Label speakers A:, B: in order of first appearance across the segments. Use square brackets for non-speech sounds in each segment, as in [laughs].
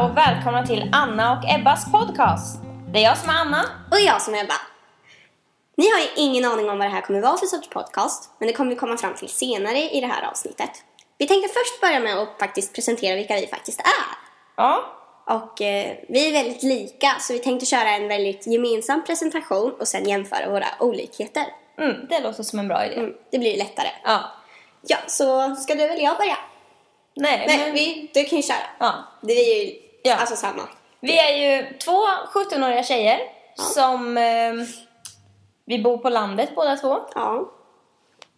A: och välkomna till Anna och Ebbas podcast. Det är jag som är Anna.
B: Och jag som är Ebba. Ni har ju ingen aning om vad det här kommer vara för sorts podcast, men det kommer vi komma fram till senare i det här avsnittet. Vi tänkte först börja med att faktiskt presentera vilka vi faktiskt är.
A: Ja,
B: Och eh, vi är väldigt lika, så vi tänkte köra en väldigt gemensam presentation och sen jämföra våra olikheter.
A: mm, det låter som en bra idé.
B: Mm, det blir ju lättare.
A: Ja.
B: Ja, så ska du eller jag börja?
A: Nej,
B: Nej,
A: Eh, men
B: vi, du kan ju köra.
A: Ja.
B: Det är ju
A: Ja.
B: alltså samma.
A: Vi är ju två 17-åriga tjejer som... Eh, vi bor på landet båda två.
B: Ja.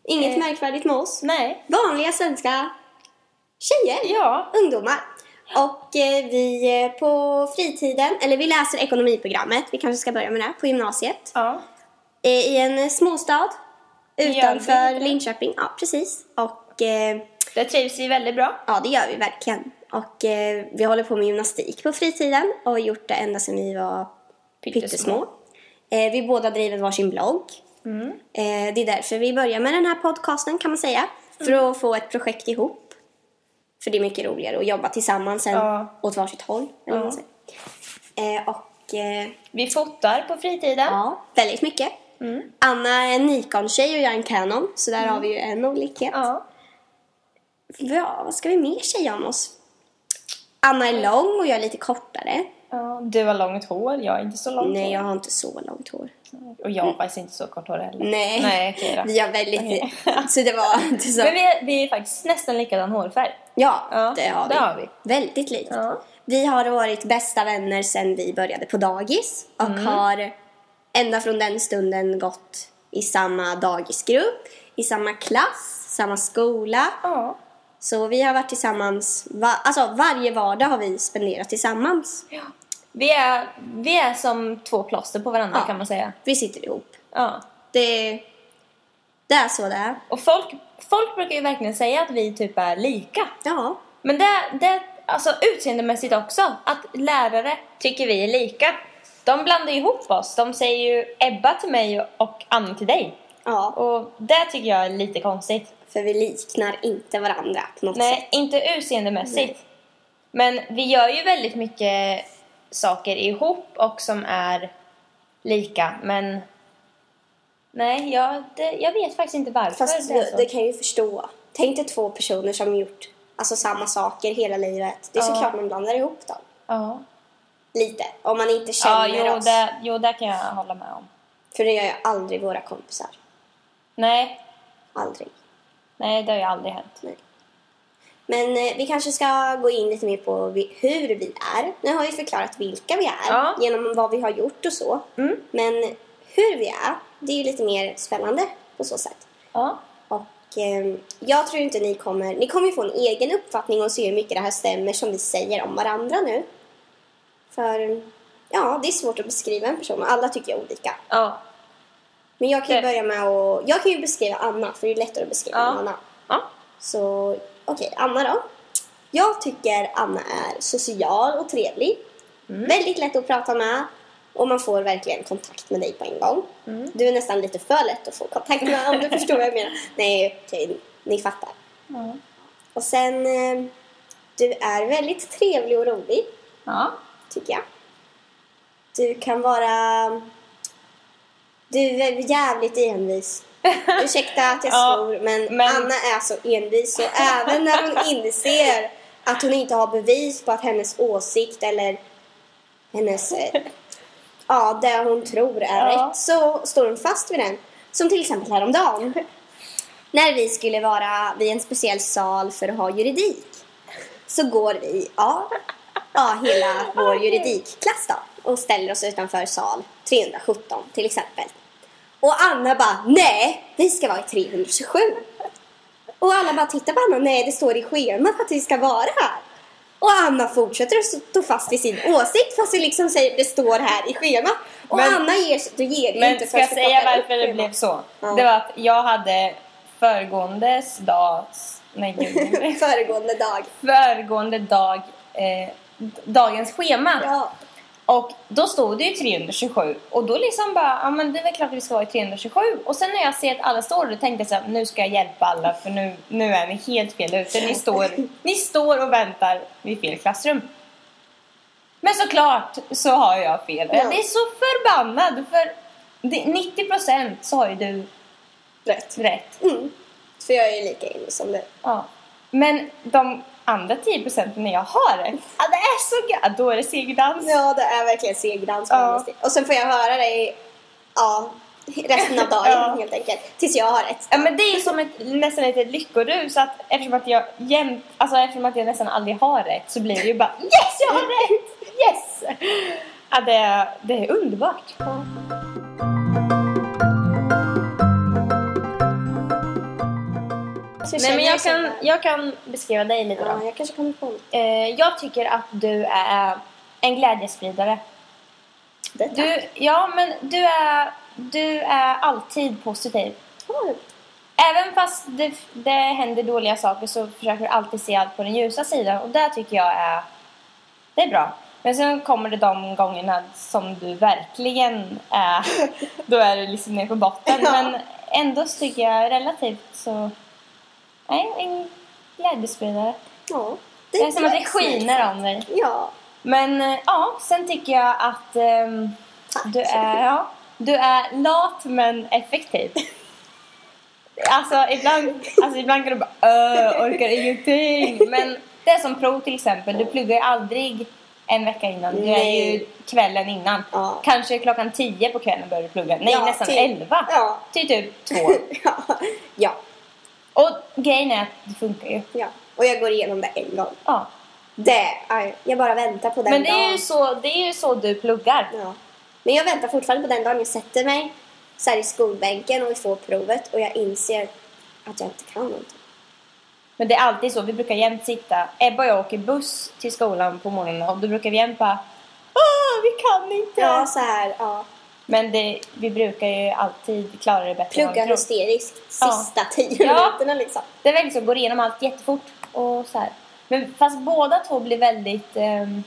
B: Inget
A: Eh.
B: märkvärdigt med oss.
A: Nej.
B: Vanliga svenska tjejer.
A: Ja.
B: ungdomar. Och eh, vi eh, på fritiden, eller vi läser ekonomiprogrammet, vi kanske ska börja med det, på gymnasiet.
A: Ja.
B: Eh, I en eh, småstad utanför
A: Mjölby.
B: Linköping. Ja, precis. Och eh,
A: Det trivs vi väldigt bra.
B: ja, det gör vi verkligen. Och eh, vi håller på med gymnastik på fritiden och har gjort det ända sedan vi var pyttesmå. Eh, vi båda driver varsin blogg. Eh, det är därför vi börjar med den här podcasten kan man säga. För att få ett projekt ihop. För det är mycket roligare att jobba tillsammans sen
A: Ja.
B: åt varsitt håll. Eller vad man säger. eh, och eh,
A: Vi fotar på fritiden.
B: ja, väldigt mycket. Anna är en Nikon-tjej och jag är en Canon. Så där har vi ju en olikhet.
A: Ja.
B: Ja, vad ska vi mer säga om oss? Anna är lång och jag är lite kortare.
A: Ja, Du har långt hår, jag är inte så långt
B: Nej,
A: hår.
B: jag har inte så långt hår.
A: Och jag har faktiskt inte så kort hår heller.
B: Nej,
A: Nej okej
B: [laughs]
A: då.
B: vi har väldigt... Så det var inte så...
A: Men vi är, vi är faktiskt nästan likadan hårfärg.
B: Ja,
A: Ja,
B: det, har,
A: det
B: vi.
A: har vi.
B: Väldigt likt.
A: Ja.
B: Vi har varit bästa vänner sedan vi började på dagis och
A: Mm.
B: har ända från den stunden gått i samma dagisgrupp, i samma klass, samma skola.
A: Ja.
B: Så vi har varit tillsammans, va- alltså varje vardag har vi spenderat tillsammans.
A: Vi är, vi är som två plåster på varandra
B: Ja.
A: kan man säga.
B: Vi sitter ihop.
A: Ja.
B: Det, det är så det är.
A: Och folk, folk brukar ju verkligen säga att vi typ är lika.
B: Ja,
A: Men det, det alltså utseendemässigt också, att lärare tycker vi är lika. De blandar ihop oss. De säger ju Ebba till mig och Anna till dig.
B: ja,
A: Och det tycker jag är lite konstigt.
B: för vi liknar inte varandra på något sätt.
A: Nej, inte utseendemässigt. Men vi gör ju väldigt mycket saker ihop och som är lika, men... Nej, jag, det, jag vet faktiskt inte varför
B: Fast
A: det är
B: det,
A: så.
B: det kan jag ju förstå. Tänk dig två personer som gjort alltså, samma saker hela livet. Det är
A: Ja.
B: såklart man blandar ihop dem.
A: Ja,
B: Lite. Om man inte
A: ja
B: känner
A: jo,
B: oss.
A: det, jo, det kan jag hålla med om.
B: För det gör ju aldrig våra kompisar.
A: Nej,
B: Aldrig.
A: nej det har ju aldrig hänt.
B: Men eh, vi kanske ska gå in lite mer på vi, hur vi är. Nu har vi förklarat vilka vi är
A: Ja.
B: genom vad vi har gjort och så.
A: Mm.
B: Men hur vi är, det är ju lite mer spännande på så sätt.
A: Ja,
B: Och eh, jag tror inte ni kommer... Ni kommer ju få en egen uppfattning och se hur mycket det här stämmer som vi säger om varandra nu. För ja, det är svårt att beskriva en person och alla tycker jag olika.
A: ja,
B: Men jag kan ju
A: Det-
B: börja med att... Jag kan ju beskriva Anna för det är lättare att beskriva
A: Ja.
B: än Anna.
A: ja,
B: Så okej, Anna då. Jag tycker Anna är social och trevlig. Väldigt lätt att prata med. Och man får verkligen kontakt med dig på en gång. Du är nästan lite för lätt att få kontakt med om du förstår vad jag menar. Nej, okej, ni fattar.
A: ja,
B: Och sen, eh, du är väldigt trevlig och rolig,
A: ja,
B: tycker jag. Du kan vara... Du är jävligt
A: [laughs]
B: envis. Ursäkta att jag
A: Ja,
B: svor, men,
A: men-
B: Anna är så envis. Och även när hon inser att hon inte har bevis på att hennes åsikt eller hennes... eh, Ja, det hon tror är
A: Ja.
B: rätt, så står hon fast vid den. Som till exempel häromdagen. När vi skulle vara vid en speciell sal för att ha juridik så går vi, ja, ja hela vår juridikklass då och ställer oss utanför sal 317 till exempel. Och Anna bara, nej, vi ska vara i 327. Och alla bara tittar på Anna, nej det står i schemat att vi ska vara här. Och Anna fortsätter att stå fast vid sin åsikt fast vi liksom säger det står här i schemat. Och
A: Men-
B: Anna ger sig, då ger det ju inte
A: Men ska jag
B: förrän vi
A: säga
B: plockar upp
A: varför det
B: schemat.
A: blev så?
B: Ja.
A: Det var att jag hade föregåendes dags... Nej, gud.
B: [laughs] Föregående dag.
A: föregående dag, eh, d- dagens schema.
B: Ja.
A: Och då stod det ju 327 och då liksom bara, ja men det är väl klart att vi ska vara i 327. Och sen när jag ser att alla står då tänkte jag så här, nu ska jag hjälpa alla för nu, nu är ni helt fel ute. Ni står, ni står och väntar vid fel klassrum. Men såklart så har jag fel.
B: Ja.
A: Jag är så förbannad för det- 90% så har ju du
B: Rätt.
A: rätt.
B: Mm. För jag är ju lika inne som du.
A: Ja. Men de andra 10% när jag har rätt, ja, det är så gött. Då är det segerdans.
B: Ja, det är verkligen segerdans. på
A: Ja.
B: hennes tid. Och sen får jag höra dig ja, resten av dagen
A: Ja.
B: helt enkelt. Tills jag har rätt.
A: Ja, men det är ju som ett, nästan ett lyckorus att eftersom att jag jämt, alltså eftersom att jag nästan aldrig har rätt så blir det ju bara Yes, jag har rätt! Yes! Ja, det, det är underbart.
B: Så
A: Nej,
B: känner
A: men jag
B: så
A: kan,
B: här.
A: jag kan beskriva dig lite då.
B: Ja, jag kanske kommer på något.
A: Eh, jag tycker att du är en glädjespridare.
B: Detta.
A: Du, ja, men du är, du är alltid positiv.
B: Oj.
A: Även fast det, det händer dåliga saker så försöker du alltid se allt på den ljusa sidan. Och det tycker jag är, det är bra. Men sen kommer det de gångerna som du verkligen är... [laughs] Då är du liksom ner på botten.
B: Ja.
A: Men ändå så tycker jag relativt så... Nej, en glädjespridare.
B: Ja.
A: Det är som att det
B: snällt
A: skiner
B: sagt.
A: om dig.
B: Ja.
A: Men eh, ja, sen tycker jag att ehm,
B: Tack.
A: du, är, ja, du är lat men effektiv. [laughs] Alltså ibland, alltså, ibland kan du bara "Öh, orkar ingenting. Men det är som prov till exempel, du pluggar ju aldrig en vecka innan. Du är
B: Nej.
A: ju kvällen innan.
B: Ja.
A: Kanske klockan 10 på kvällen börjar du plugga. Nej,
B: Ja,
A: nästan
B: typ.
A: 11.
B: Ja.
A: Till typ 2.
B: [laughs] ja. ja.
A: Och grejen är att det funkar ju.
B: Ja. Och jag går igenom det en gång.
A: Ja.
B: Det. aj, Jag bara väntar på den
A: Men det är, ju
B: dagen.
A: så, det är ju så du pluggar.
B: Ja. Men jag väntar fortfarande på den dagen jag sätter mig så här i skolbänken och vi får provet och jag inser att jag inte kan någonting.
A: Men det är alltid så, vi brukar jämt sitta, Ebba och jag åker buss till skolan på morgonen och då brukar vi jämt bara Åh, vi kan inte!
B: Ja, så här, ja.
A: Men det, vi brukar ju alltid klara det bättre än vad vi
B: Plugga
A: tror.
B: hysteriskt
A: Ja.
B: sista tio
A: Ja.
B: minuterna liksom.
A: Det är verkligen så, går igenom allt jättefort och så här. Men fast båda två blir väldigt, ehm,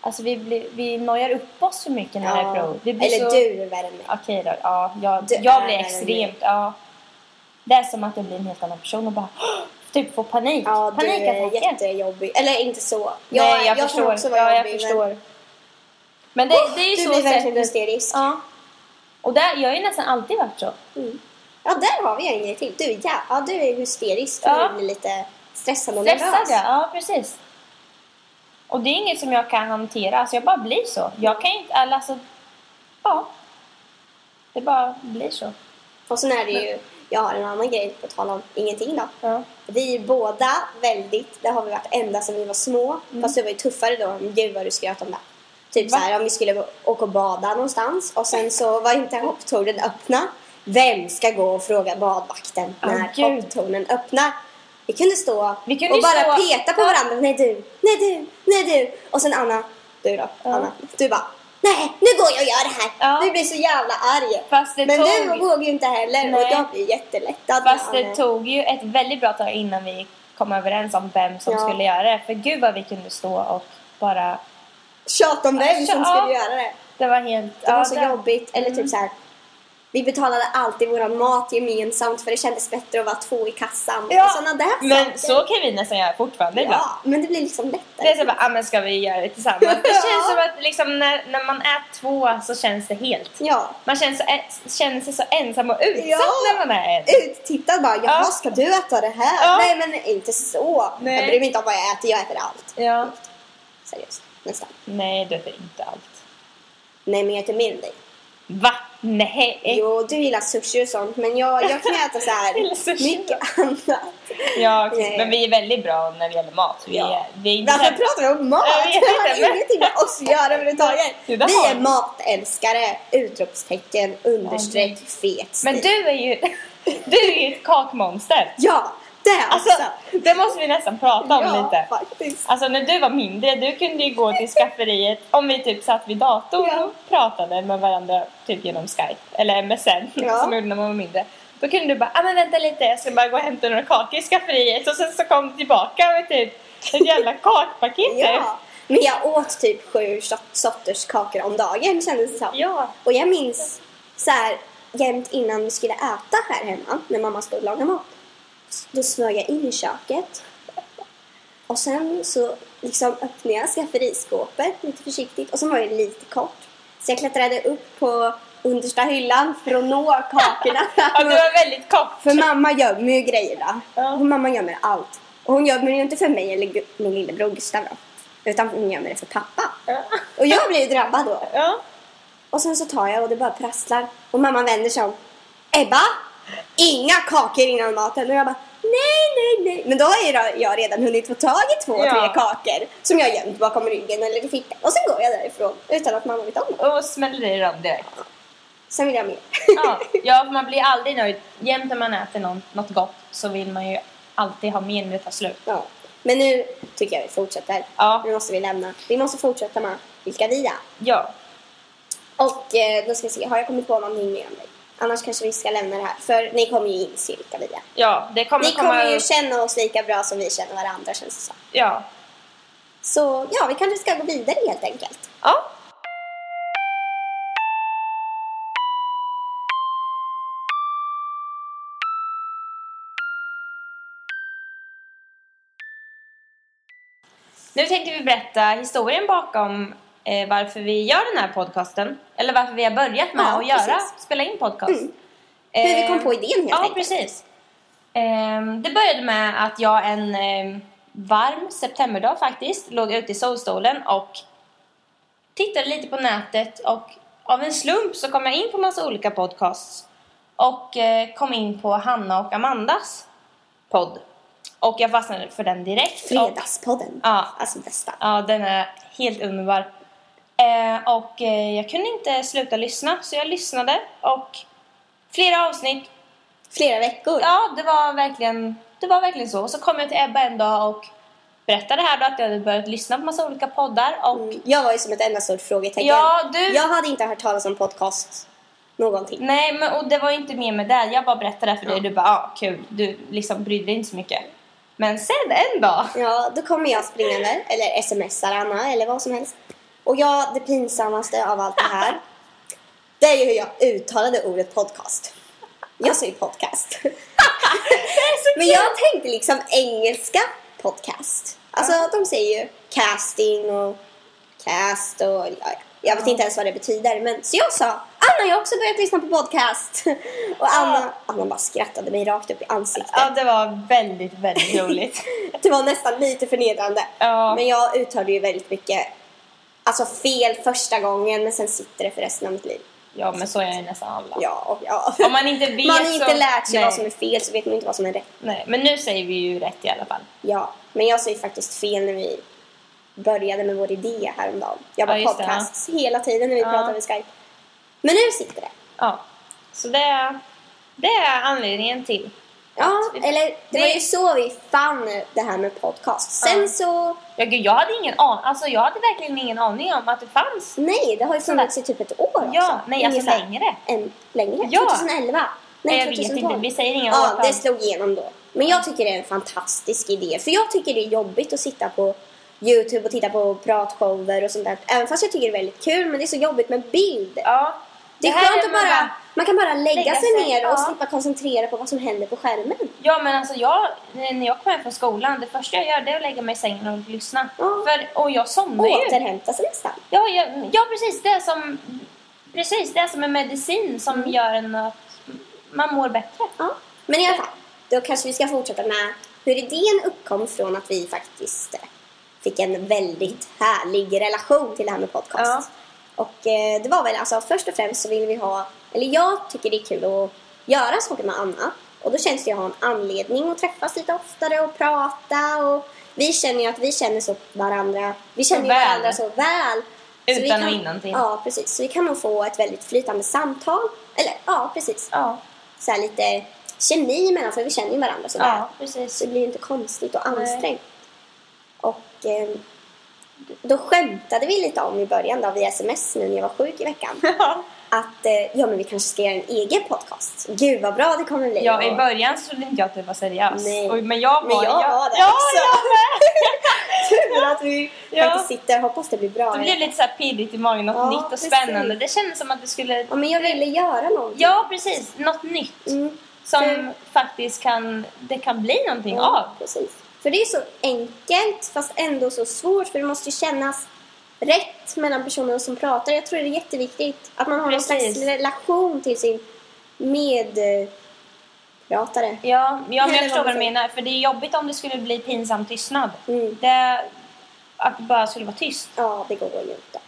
A: alltså vi, blir, vi nojar upp oss för mycket när det är prov. Vi blir
B: Eller
A: så,
B: du är värre än mig.
A: Okej då, ja, jag,
B: Du
A: jag
B: är
A: blir
B: en
A: extremt, ja. Det är som att jag blir en helt annan person och bara [gasps] typ får panik.
B: Ja, du är
A: Panikattacker.
B: jättejobbig. Eller inte så.
A: Nej, jag,
B: kan
A: förstår.
B: också vara
A: ja, jag
B: jobbig, men
A: förstår. Men det, det är ju
B: Du
A: så
B: blir verkligen
A: sättet.
B: hysterisk.
A: Ja. Och där, jag har ju nästan alltid varit så.
B: Mm. Ja, där har vi en grej till. Du, är jä- ja, du är hysterisk
A: Ja.
B: och du blir lite stressad och
A: Stressad
B: nervös.
A: ja, ja precis. Och det är inget som jag kan hantera, alltså jag bara blir så. Jag kan ju inte, eller alltså, ja. Det bara blir så.
B: Och sen är det ju, jag har en annan grej på tal om ingenting då.
A: Ja.
B: Vi är båda väldigt, det har vi varit ända sedan vi var små. Fast du var ju tuffare då, men gud vad du skröt om det. Typ
A: Mm. Va?
B: så här om vi skulle åka och bada någonstans och sen så var inte hopptornen öppna. Vem ska gå och fråga badvakten
A: Åh,
B: när
A: gud.
B: hopptornen öppnar? Vi kunde stå
A: Vi kunde
B: och
A: ju
B: bara
A: stå-
B: peta på varandra. Nej du, nej du, nej du. Och sen Anna, du då,
A: Ja.
B: Anna. Du bara, nej nu går jag och gör det här.
A: Ja.
B: Du blir så jävla arg.
A: Fast det
B: Men
A: tog...
B: du vågar ju inte heller och
A: Nej.
B: jag blir jättelättad.
A: Fast
B: när
A: det
B: Anna-
A: tog ju ett väldigt bra tag innan vi kom överens om vem som
B: Ja.
A: skulle göra det. För gud vad vi kunde stå och bara...
B: tjat om vem som
A: Ja.
B: skulle göra det.
A: Det var helt...
B: Det var så
A: det-
B: jobbigt. Eller
A: Mm.
B: typ så här. Vi betalade alltid våran mat gemensamt för det kändes bättre att vara två i kassan.
A: Ja,
B: och såna där
A: Men så
B: saker.
A: kan vi nästan göra fortfarande ibland.
B: Ja, men det blir liksom lättare.
A: Det är så bara, ah, men ska vi göra det tillsammans? Det
B: Ja.
A: känns som att liksom när, när man är två så känns det helt.
B: Ja,
A: Man känns så, ä- känner sig så ensam och utsatt
B: Ja.
A: när man är en.
B: uttittad bara. Jaha,
A: Ja.
B: ska du äta det här?
A: Ja.
B: Nej, men inte så.
A: Nej.
B: Jag bryr mig inte om vad jag äter. Jag äter allt.
A: Ja.
B: Seriöst, nästan.
A: Nej, du äter inte allt.
B: Nej, men jag äter mer än dig.
A: Va? Nej.
B: Jo, du gillar sushi och sånt, men jag, jag kan äta
A: [laughs]
B: så här
A: Eller sushi.
B: mycket annat.
A: Ja, okej.
B: Nej.
A: men vi är väldigt bra när det gäller mat. Vi,
B: Ja.
A: är, vi är inte
B: Varför
A: så-
B: pratar vi om mat?
A: Jag vet
B: Det har
A: inte, men-
B: ingenting med oss att göra överhuvudtaget. Vi
A: Jo, [laughs] det har
B: är
A: vi.
B: matälskare! Utropstecken, understreck, fet stil.
A: Men du är ju [laughs] du är ju ett kakmonster.
B: Ja, det
A: Alltså,
B: också!
A: det måste vi nästan prata om
B: ja,
A: lite.
B: faktiskt.
A: Alltså när du var mindre, du kunde ju gå till skafferiet om vi typ satt vid datorn
B: Ja.
A: och pratade med varandra typ genom Skype eller [laughs] MSN
B: Ja.
A: som gjorde när man var mindre. Då kunde du bara, ah, men vänta lite jag ska bara gå och hämta några kakor i skafferiet och sen så kom du tillbaka med typ ett
B: [laughs]
A: jävla kakpaket.
B: Ja. Men jag åt typ sju sort- sorters kakor om dagen kändes det som.
A: ja.
B: Och jag minns så här jämt innan vi skulle äta här hemma, när mamma stod och lagade mat. Då smög jag in i köket. Och sen så liksom öppnade jag skafferiskåpet lite försiktigt och sen var det lite kort. Så jag klättrade upp på understa hyllan för att nå kakorna.
A: [laughs] Ja, det var väldigt kort.
B: För mamma gömmer ju grejerna.
A: Ja.
B: Och mamma gömmer allt. Och hon gömmer det ju inte för mig eller gu- min lillebror Gustav då. Utan hon gömmer det för pappa.
A: Ja.
B: Och jag blir ju drabbad då.
A: Ja.
B: Och sen så tar jag och det bara prasslar. Och mamma vänder sig om. Ebba! Inga kakor innan maten. Och jag bara nej, nej, nej. Men då har ju då- jag redan hunnit få tag i två,
A: Ja.
B: tre kakor. Som jag gömt bakom ryggen eller i fickan. Och sen går jag därifrån utan att mamma vet om det.
A: Och smäller i dem direkt.
B: Sen vill jag mer.
A: Ja, ja, för man blir aldrig nöjd. Jämt när man äter någon, något gott så vill man ju alltid ha mer när det tar slut.
B: [laughs] Ja. Men nu tycker jag vi fortsätter.
A: Ja.
B: Nu måste vi lämna. Vi måste fortsätta med vilka vi är.
A: Ja.
B: Och eh, då ska vi se, har jag kommit på någonting mer om dig? Annars kanske vi ska lämna det här. För ni kommer ju inse vilka vi är.
A: Ja, det kommer
B: Ni kommer ju
A: upp.
B: känna oss lika bra som vi känner varandra känns det som.
A: Ja.
B: Så ja, vi kanske ska gå vidare helt enkelt.
A: Ja. Nu tänkte vi berätta historien bakom eh, varför vi gör den här podcasten. Eller varför vi har börjat med
B: Ja,
A: att göra,
B: precis.
A: spela in podcast.
B: Mm. Hur vi kom på idén helt
A: ja,
B: enkelt.
A: precis. Ehm, det började med att jag en ehm, varm septemberdag faktiskt låg ute i solstolen och tittade lite på nätet och av en slump så kom jag in på massa olika podcasts och eh, kom in på Hanna och Amandas podd. Och jag fastnade för den direkt. Och,
B: Fredagspodden.
A: Ja.
B: Alltså bästa.
A: ja, den är helt underbar. Eh, och eh, jag kunde inte sluta lyssna så jag lyssnade och flera avsnitt
B: Flera veckor.
A: Ja, det var verkligen, det var verkligen så. Och så kom jag till Ebba en dag och berättade här då att jag hade börjat lyssna på massa olika poddar och
B: Mm, Jag var ju som ett enda stort frågetecken.
A: Ja, du- Mm.
B: Jag hade inte hört talas om podcast någonting.
A: Nej, men och det var ju inte med mig där. Jag bara berättade för dig och du bara, ja, kul. Du liksom brydde dig inte så mycket. Men sen en dag.
B: Ja, då kommer jag springande, eller smsar Anna eller vad som helst. Och ja, det pinsammaste av allt det
A: [laughs]
B: här, det är ju hur jag uttalade ordet podcast. Jag sa ju podcast. Men jag tänkte liksom engelska podcast. Alltså de säger ju casting och cast och ja, ja. jag vet inte ens vad det betyder. Men så jag sa Anna jag har också börjat lyssna på podcast. [laughs] Och Anna, Anna bara skrattade mig rakt upp i ansiktet.
A: Ja, det var väldigt, väldigt roligt.
B: [laughs] Det var nästan lite förnedrande.
A: Ja.
B: Men jag uttalade ju väldigt mycket alltså fel första gången men sen sitter det för resten av mitt liv.
A: Ja, men så är ju nästan alla.
B: Ja, och ja.
A: Om man inte vet
B: [laughs] man har inte
A: så...
B: lärt sig
A: nej,
B: vad som är fel så vet man inte vad som är rätt.
A: Nej, men nu säger vi ju rätt i alla fall.
B: Ja, men jag sa ju faktiskt fel när vi började med vår idé häromdagen. Jag
A: Ja,
B: bara
A: just det,
B: podcasts hela tiden när vi
A: Ja.
B: pratade med Skype. Men nu sitter det.
A: Ja. Så det, det är anledningen till.
B: Ja,
A: vi-
B: eller det, var
A: det-
B: ju så vi fann det här med podcast. Sen
A: Ja.
B: så,
A: Ja, gud, jag hade ingen aning. Alltså, jag hade verkligen ingen aning om att det fanns.
B: nej, det har ju funnits i typ ett år
A: Ja,
B: också.
A: nej, alltså
B: Ungefär.
A: längre.
B: Än längre?
A: Ja.
B: 2011?
A: Nej,
B: Nej,
A: jag vet
B: 2012.
A: inte. Vi säger inga
B: Ja,
A: årtal.
B: det slog igenom då. Men jag tycker det är en fantastisk idé. För jag tycker det är jobbigt att sitta på Youtube och titta på pratshower och sånt där. Även fast jag tycker det är väldigt kul, men det är så jobbigt med bild.
A: Ja.
B: Det är
A: här
B: skönt att
A: man
B: bara... Man kan bara lägga,
A: lägga
B: sig
A: sig,
B: ner och
A: ja.
B: slippa koncentrera på vad som händer på skärmen.
A: Ja, men alltså jag, när jag kommer hem från skolan, det första jag gör det är att lägga mig i sängen och lyssna.
B: Ja.
A: För, och jag somnar ju.
B: Återhämta sig nästan.
A: Ja, jag, ja, precis. Det är som, precis, det är som en medicin som
B: Mm.
A: gör en att man mår bättre.
B: Ja. Men i alla fall, då kanske vi ska fortsätta med hur idén uppkom från att vi faktiskt eh, fick en väldigt härlig relation till det här med podcast. Och eh, det var väl alltså först och främst så vill vi ha, eller jag tycker det är kul att göra saker med Anna. Och då känns det ju att ha en anledning att träffas lite oftare och prata och vi känner ju att vi känner så varandra, vi känner ju
A: väl.
B: varandra så väl. Så vi
A: Utan
B: kan-
A: och innantill.
B: Ja, precis. Så vi kan nog få ett väldigt flytande samtal. Eller ja, precis
A: Ja,
B: så här lite kemi mellan för vi känner ju varandra så väl.
A: ja precis.
B: Så det blir ju inte konstigt och ansträngt. Och eh, då skämtade vi lite om i början då, via sms nu när jag var sjuk
A: [laughs]
B: i veckan.
A: Ja.
B: Att eh, ja men vi kanske ska göra en egen podcast. Gud vad bra det kommer bli.
A: Ja,
B: Och-
A: i början så trodde inte jag att du var seriös.
B: Nej.
A: Och, men jag var,
B: Men jag var det
A: ja,
B: också.
A: jag med!
B: [laughs] Tur att vi
A: Ja.
B: faktiskt sitter. Hoppas det blir bra.
A: Det blev lite så här pirrigt i magen, något
B: Ja,
A: nytt och
B: precis.
A: spännande. Det kändes som att det skulle...
B: Ja men jag ville göra någonting.
A: Ja, precis. Något nytt.
B: Mm.
A: Som
B: För-
A: faktiskt kan... Det kan bli någonting
B: Ja,
A: av.
B: precis. För det är så enkelt fast ändå så svårt för det måste ju kännas rätt mellan personerna som pratar. Jag tror det är jätteviktigt att man har någon
A: Precis.
B: slags relation till sin medpratare.
A: Ja, ja men jag
B: Eller vad
A: förstår vad
B: man
A: du
B: säger.
A: menar. För det är jobbigt om det skulle bli pinsam tystnad.
B: Mm.
A: Det, att det bara skulle vara tyst.
B: Ja, det går ju inte.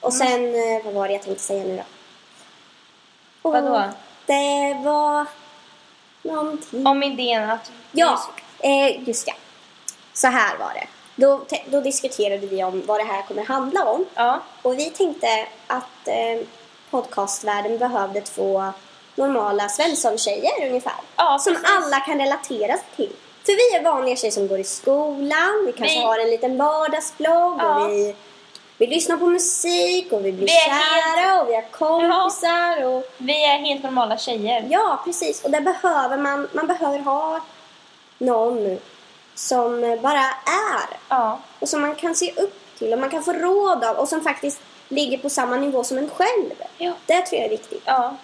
B: Och sen, eh, vad var det jag tänkte säga nu då? Och
A: Vadå?
B: Det var någonting.
A: Om idén att...
B: Ja, eh, just ja. Så här var det. Då, te- då diskuterade vi om vad det här kommer handla om.
A: Ja.
B: Och vi tänkte att eh, podcastvärlden behövde två normala Svensson-tjejer ungefär.
A: Ja,
B: som
A: precis.
B: alla kan relatera till. För vi är vanliga tjejer som går i skolan, vi kanske
A: Vi-
B: har en liten vardagsblogg
A: Ja.
B: och vi, vi lyssnar på musik och vi blir
A: Vi är
B: kära och vi har kompisar och
A: Vi är helt normala tjejer.
B: ja precis och där behöver man, man behöver ha någon som bara är
A: Ja.
B: och som man kan se upp till och man kan få råd av och som faktiskt ligger på samma nivå som en själv.
A: Ja.
B: Det tror jag är viktigt.
A: ja.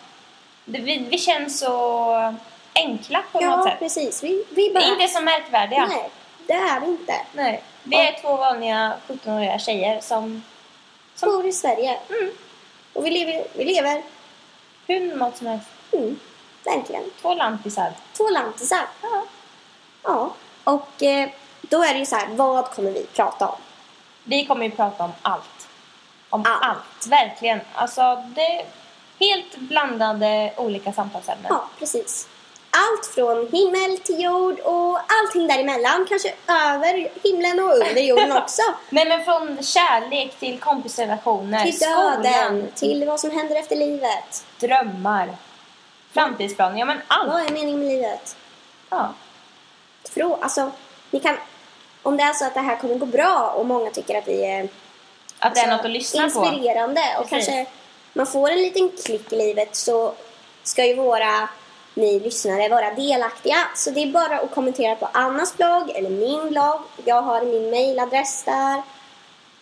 A: Det, vi, vi känns så enkla på något
B: Ja,
A: sätt.
B: precis. Vi, vi
A: Vi
B: bara...
A: är inte så märkvärdiga.
B: Nej, det är vi inte.
A: Nej. Vi
B: Och-
A: är två vanliga 17-åriga tjejer som...
B: Som bor i Sverige.
A: Mm,
B: Och vi lever, vi lever
A: hur något som helst.
B: mm, verkligen,
A: Två lantisar.
B: två lantisar.
A: Ja.
B: Ja. Och eh, då är det ju så här, vad kommer vi prata om?
A: Vi kommer ju prata om allt. Om
B: Allt.
A: allt. Verkligen. Alltså, det är helt blandade olika samtalsämnen.
B: Ja, precis. Allt från himmel till jord och allting däremellan. Kanske över himlen och under
A: [laughs]
B: jorden också.
A: Nej, men från kärlek till kompisrelationer,
B: till döden,
A: skolan,
B: till vad som händer efter livet.
A: drömmar, framtidsplaner. Ja, men allt.
B: Vad är meningen med livet?
A: Ja.
B: Frå, alltså, ni kan, om det är så att det här kommer gå bra och många tycker att vi är
A: Att det är
B: Alltså,
A: något att lyssna på.
B: Inspirerande och
A: Precis.
B: kanske man får en liten klick i livet så ska ju våra ni lyssnare vara delaktiga. Så det är bara att kommentera på Annas blogg eller min blogg. Jag har min mailadress där.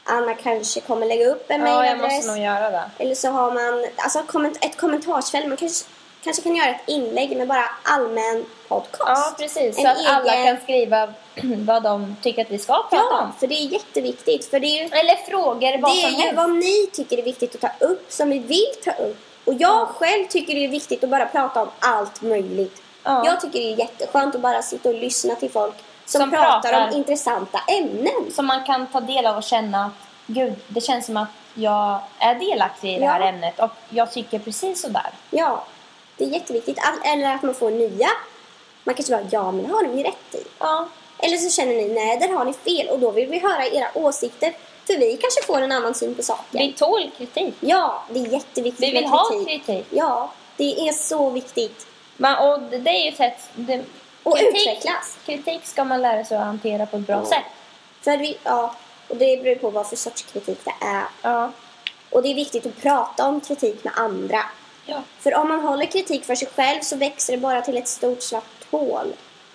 B: Anna kanske kommer lägga upp en
A: Ja, jag måste
B: mailadress.
A: nog göra det.
B: Eller så har man alltså, komment- ett kommentarsfält. Man kanske, kanske kan göra ett inlägg med bara allmän
A: Ja,
B: podcast.
A: precis.
B: En
A: Så att alla
B: egen-
A: kan skriva [clears throat] vad de tycker att vi ska prata om.
B: för det är jätteviktigt. För det är ju
A: Eller frågor, vad
B: Det
A: som
B: är ju
A: helst.
B: vad ni tycker är viktigt att ta upp, som vi vill ta upp. Och jag själv tycker det är viktigt att bara prata om allt möjligt.
A: Ja.
B: Jag tycker det är jätteskönt att bara sitta och lyssna till folk som,
A: Som
B: pratar, om
A: pratar.
B: intressanta ämnen.
A: Som man kan ta del av och känna att gud, det känns som att jag är delaktig i det
B: Ja.
A: här ämnet och jag tycker precis sådär.
B: Ja, det är jätteviktigt. All- Eller att man får nya. Man kanske bara, ja men det har de ju rätt i.
A: Ja.
B: Eller så känner ni, nej där har ni fel och då vill vi höra era åsikter. För vi kanske får en annan syn på saken.
A: Vi tål kritik.
B: Ja, det är jätteviktigt
A: Vi vill
B: med
A: ha kritik.
B: Ja, det är så viktigt.
A: Men, och det det är ju ett sätt... Det,
B: Och utvecklas.
A: kritik ska man lära sig att hantera på ett bra
B: Ja.
A: sätt.
B: För vi, ja, och det beror på vad för sorts kritik det är.
A: Ja.
B: Och det är viktigt att prata om kritik med andra.
A: ja.
B: För om man håller kritik för sig själv så växer det bara till ett stort svart hål.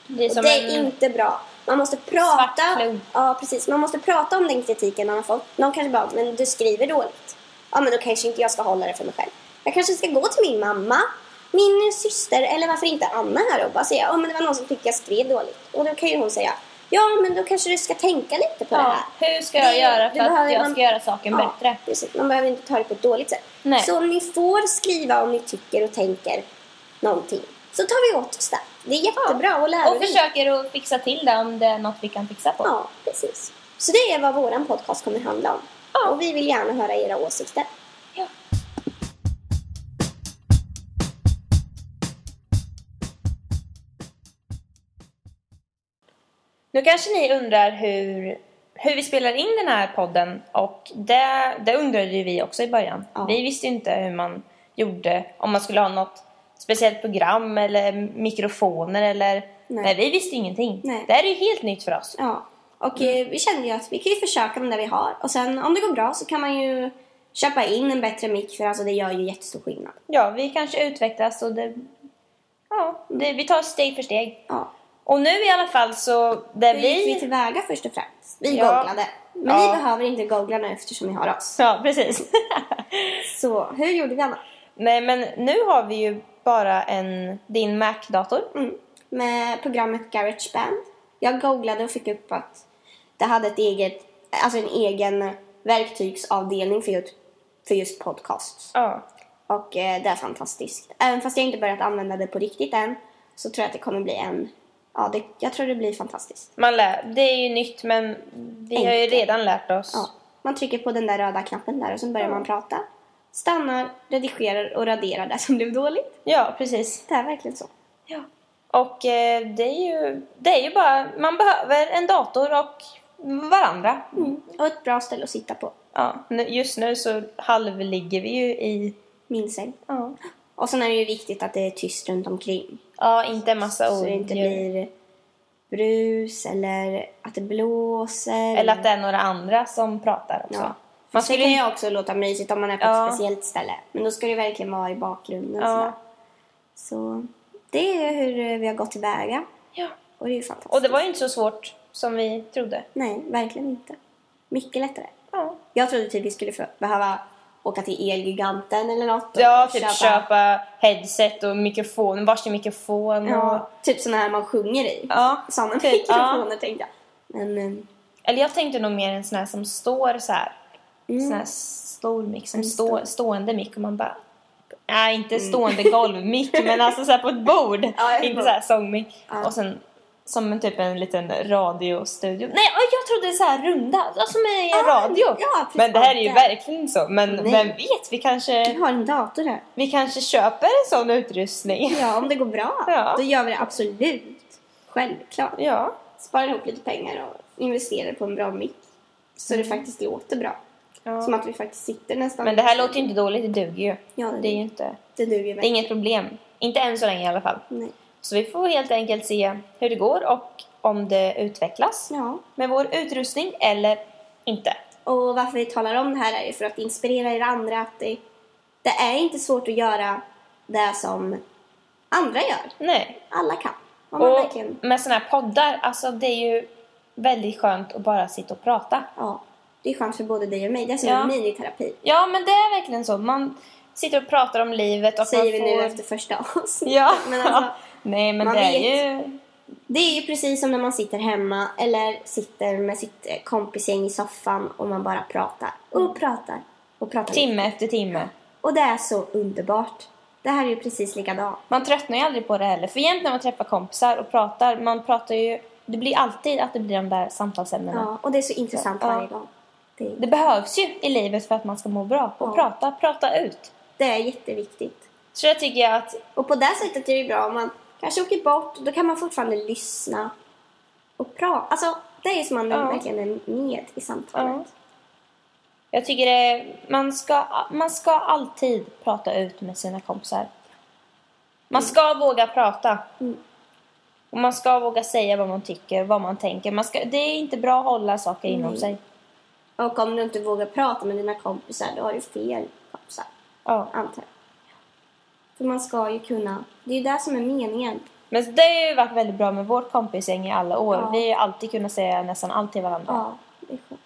A: Det är
B: Och
A: som
B: det är
A: en...
B: inte bra. Man måste
A: Svart
B: prata...
A: flod.
B: Ja, precis. Man måste prata om den kritiken man har fått. Någon kanske bara, men du skriver dåligt. Ja, men då kanske inte jag ska hålla det för mig själv. Jag kanske ska gå till min mamma, min syster eller varför inte Anna här och bara säga, ja men det var någon som tyckte jag skrev dåligt. Och då kan ju hon säga, ja men då kanske du ska tänka lite på det
A: ja.
B: här.
A: Hur ska jag
B: Det-
A: göra
B: det
A: för att
B: behöver
A: jag
B: man-
A: ska göra saken bättre?
B: Precis. Man behöver inte ta det på ett dåligt sätt.
A: Nej.
B: Så om ni får skriva om ni tycker och tänker någonting så tar vi åt oss det. Det är jättebra och
A: Och
B: lärorikt.
A: försöker att fixa till det om det är något vi kan fixa på.
B: Ja, precis. Så det är vad vår podcast kommer handla om.
A: Ja.
B: Och vi vill gärna höra era åsikter.
A: Ja. Nu kanske ni undrar hur, hur vi spelar in den här podden och det, det undrade ju vi också i början.
B: Ja.
A: Vi visste ju inte hur man gjorde, om man skulle ha något speciellt program eller mikrofoner eller...
B: Nej.
A: Nej, vi visste ingenting.
B: Nej.
A: Det här är ju helt nytt för oss.
B: Ja, och eh, vi kände ju att vi kan ju försöka med det vi har. Och sen om det går bra så kan man ju köpa in en bättre mick för alltså det gör ju jättestor skillnad.
A: Ja, vi kanske utvecklas och det... Ja, det, vi tar steg för steg.
B: Ja.
A: Och nu i alla fall så, där
B: Hur gick vi
A: vi...
B: tillväga först och främst? Vi
A: Ja.
B: googlade. Men
A: Ja.
B: ni behöver inte googla nu eftersom ni har oss.
A: Ja, precis. [laughs]
B: Så hur gjorde vi Anna?
A: Nej, men nu har vi ju bara en, din Mac-dator.
B: Mm. Med programmet GarageBand. Jag googlade och fick upp att det hade ett eget, alltså en egen verktygsavdelning för just, för just podcasts.
A: Ja.
B: Och eh, det är fantastiskt. Även fast jag inte börjat använda det på riktigt än så tror jag att det kommer bli en... Ja, det, jag tror det blir fantastiskt.
A: Man lär, det är ju nytt men vi har ju
B: Enkelt.
A: redan lärt oss.
B: Ja. Man trycker på den där röda knappen där och så börjar man prata. Stannar, redigerar och raderar det som blev dåligt.
A: Ja, precis.
B: Det är verkligen så.
A: Ja. Och eh, det är, ju, det är ju bara, man behöver en dator och varandra.
B: Mm. Och ett bra ställe att sitta på.
A: Ja, nu- just nu så halvligger vi ju i...
B: Min säng.
A: Ja,
B: Och sen är det ju viktigt att det är tyst runt omkring.
A: ja inte en massa
B: Så det inte
A: oljud.
B: blir brus eller att det blåser.
A: Eller att det är några andra som pratar också.
B: Ja.
A: Man
B: Man
A: skulle
B: Det kan
A: ju...
B: ju också låta mysigt om man är på
A: Ja.
B: ett speciellt ställe. Men då ska det verkligen vara i bakgrunden.
A: Ja.
B: sådär. Så det är hur eh, vi har gått tillväga.
A: Ja.
B: Och det är ju fantastiskt.
A: Och det var ju inte så svårt som vi trodde.
B: Nej, verkligen inte. Mycket lättare.
A: Ja,
B: Jag trodde typ vi skulle få- behöva åka till Elgiganten eller något. och
A: ja typ köpa. headset och mikrofon, varsin mikrofon. Och...
B: Ja, typ sådana här man sjunger i.
A: Ja,
B: Sådana
A: typ,
B: mikrofoner tänkte jag. Men eh,
A: Eller jag tänkte nog mer en sån här som står så här.
B: Mm.
A: Sån här stor mick, som
B: En
A: stå,
B: stor.
A: stående mick och man bara... Nej, inte stående
B: [laughs]
A: golvmick men alltså så här på ett bord.
B: Mm. Ja, ett
A: inte
B: bord.
A: så här sångmick.
B: Ja.
A: Och sen som en typ en liten radiostudio. Nej, oj, jag trodde så här runda, ja, som i en
B: Ja,
A: radio.
B: ja, precis.
A: men det här är ju
B: Ja.
A: verkligen så. Men
B: Nej.
A: vem vet, vi
B: vi
A: kanske,
B: har en dator här.
A: vi kanske köper en sån utrustning. [laughs]
B: Ja, om det går bra.
A: Ja.
B: Då gör vi det absolut. Självklart.
A: Ja,
B: Sparar ihop lite pengar och investerar på en bra mick. Så det faktiskt låter bra. Som
A: Mm. ja.
B: att vi faktiskt sitter nästan...
A: Men det här låter ju inte dåligt, det duger ju.
B: Ja, det,
A: Det är ju
B: det,
A: inte,
B: duger
A: det är
B: verkligen.
A: inget problem. Inte än så länge i alla fall.
B: Nej.
A: Så vi får helt enkelt se hur det går och om det utvecklas
B: Ja.
A: med vår utrustning eller inte.
B: Och varför vi talar om det här är ju för att inspirera er andra att det, det är inte svårt att göra det som andra gör.
A: Nej.
B: Alla kan. Om man
A: Och
B: verkligen...
A: med sådana här poddar, alltså det är ju väldigt skönt att bara sitta och prata.
B: Ja. Det är skönt för både dig och mig. Det är som
A: Ja.
B: en miniterapi.
A: Ja, men det är verkligen så. Man sitter och pratar om livet och
B: Säger vi
A: man får...
B: nu efter första avsnittet.
A: Ja.
B: Men alltså,
A: [laughs] Nej, men
B: man
A: det är
B: vet.
A: ju...
B: Det är ju precis som när man sitter hemma eller sitter med sitt eh, kompisgäng i soffan och man bara pratar och pratar och pratar.
A: Timme efter timme.
B: Och det är så underbart. Det här är ju precis likadant.
A: Man trättnar ju aldrig på det heller. För jämt när man träffar kompisar och pratar, man pratar ju... Det blir alltid att det blir de där samtalsämnena.
B: Ja, och det är så intressant
A: Ja.
B: varje gång. Det är,
A: Det behövs ju i livet för att man ska må bra. Och
B: Ja.
A: prata, prata ut.
B: det är jätteviktigt.
A: Så det tycker jag att,
B: Och på det sättet är det ju bra om man kanske åker bort, då kan man fortfarande lyssna och prata. Alltså, det är ju som man
A: Ja.
B: verkligen är med i samtalet.
A: jag tycker det, man ska, man ska alltid prata ut med sina kompisar. Man ska våga prata.
B: Mm.
A: Och man ska våga säga vad man tycker, vad man tänker. Man ska, det är inte bra att hålla saker inom
B: Nej.
A: sig.
B: Och om du inte vågar prata med dina kompisar, då har du fel kompisar.
A: Ja.
B: antar jag. För man ska ju kunna. Det är ju det som är meningen.
A: Men det har ju varit väldigt bra med vårt kompisgäng i alla år.
B: Ja.
A: Vi har ju alltid kunnat säga nästan allt till varandra.
B: Ja, det är skönt.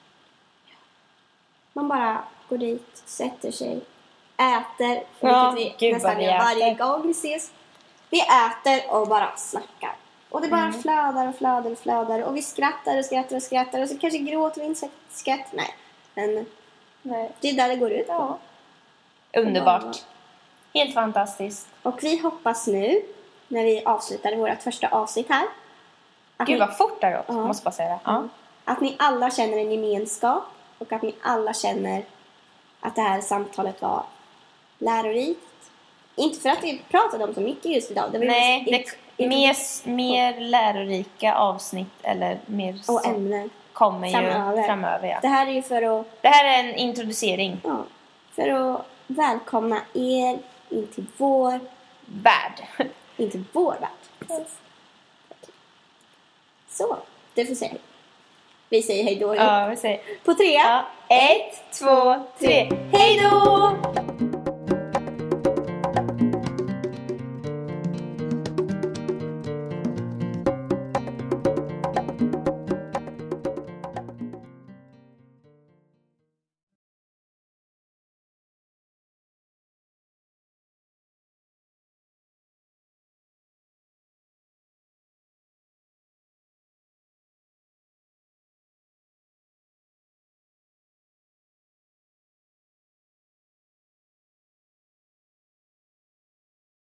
B: Man bara går dit, sätter sig, äter.
A: Ja,
B: vilket vi
A: gud vad
B: nästan
A: vi
B: gör varje
A: äter.
B: gång vi ses. Vi äter och bara snackar. Och det bara
A: Mm.
B: flödar och flödar och flödar. Och vi skrattar och skrattar och skrattar. Och så kanske gråter vi inte skratt. Nej, men
A: Nej.
B: det är där det går ut på.
A: Ja. Underbart. Helt fantastiskt.
B: Och vi hoppas nu, när vi avslutar vårt första avsnitt här. att
A: Gud
B: ni-
A: vad fort det har gått,
B: Ja.
A: måste bara säga det. Ja.
B: Att ni alla känner en gemenskap och att ni alla känner att det här samtalet var lärorikt. Inte för att vi pratade om så mycket just idag. Det var ju
A: Nej,
B: mest
A: det,
B: int-
A: mer, mer lärorika avsnitt eller mer
B: och
A: som
B: ämnen.
A: kommer ju framöver.
B: framöver.
A: ja.
B: Det här är ju för att,
A: Det här är en introducering.
B: ja, för att välkomna er in till vår,
A: Värd.
B: [laughs] in till vår värld. Precis. Så, du får säga hej. Vi säger hej då ihop.
A: Ja, vi säger.
B: På tre.
A: Ja. Ett, två, tre. Hej då!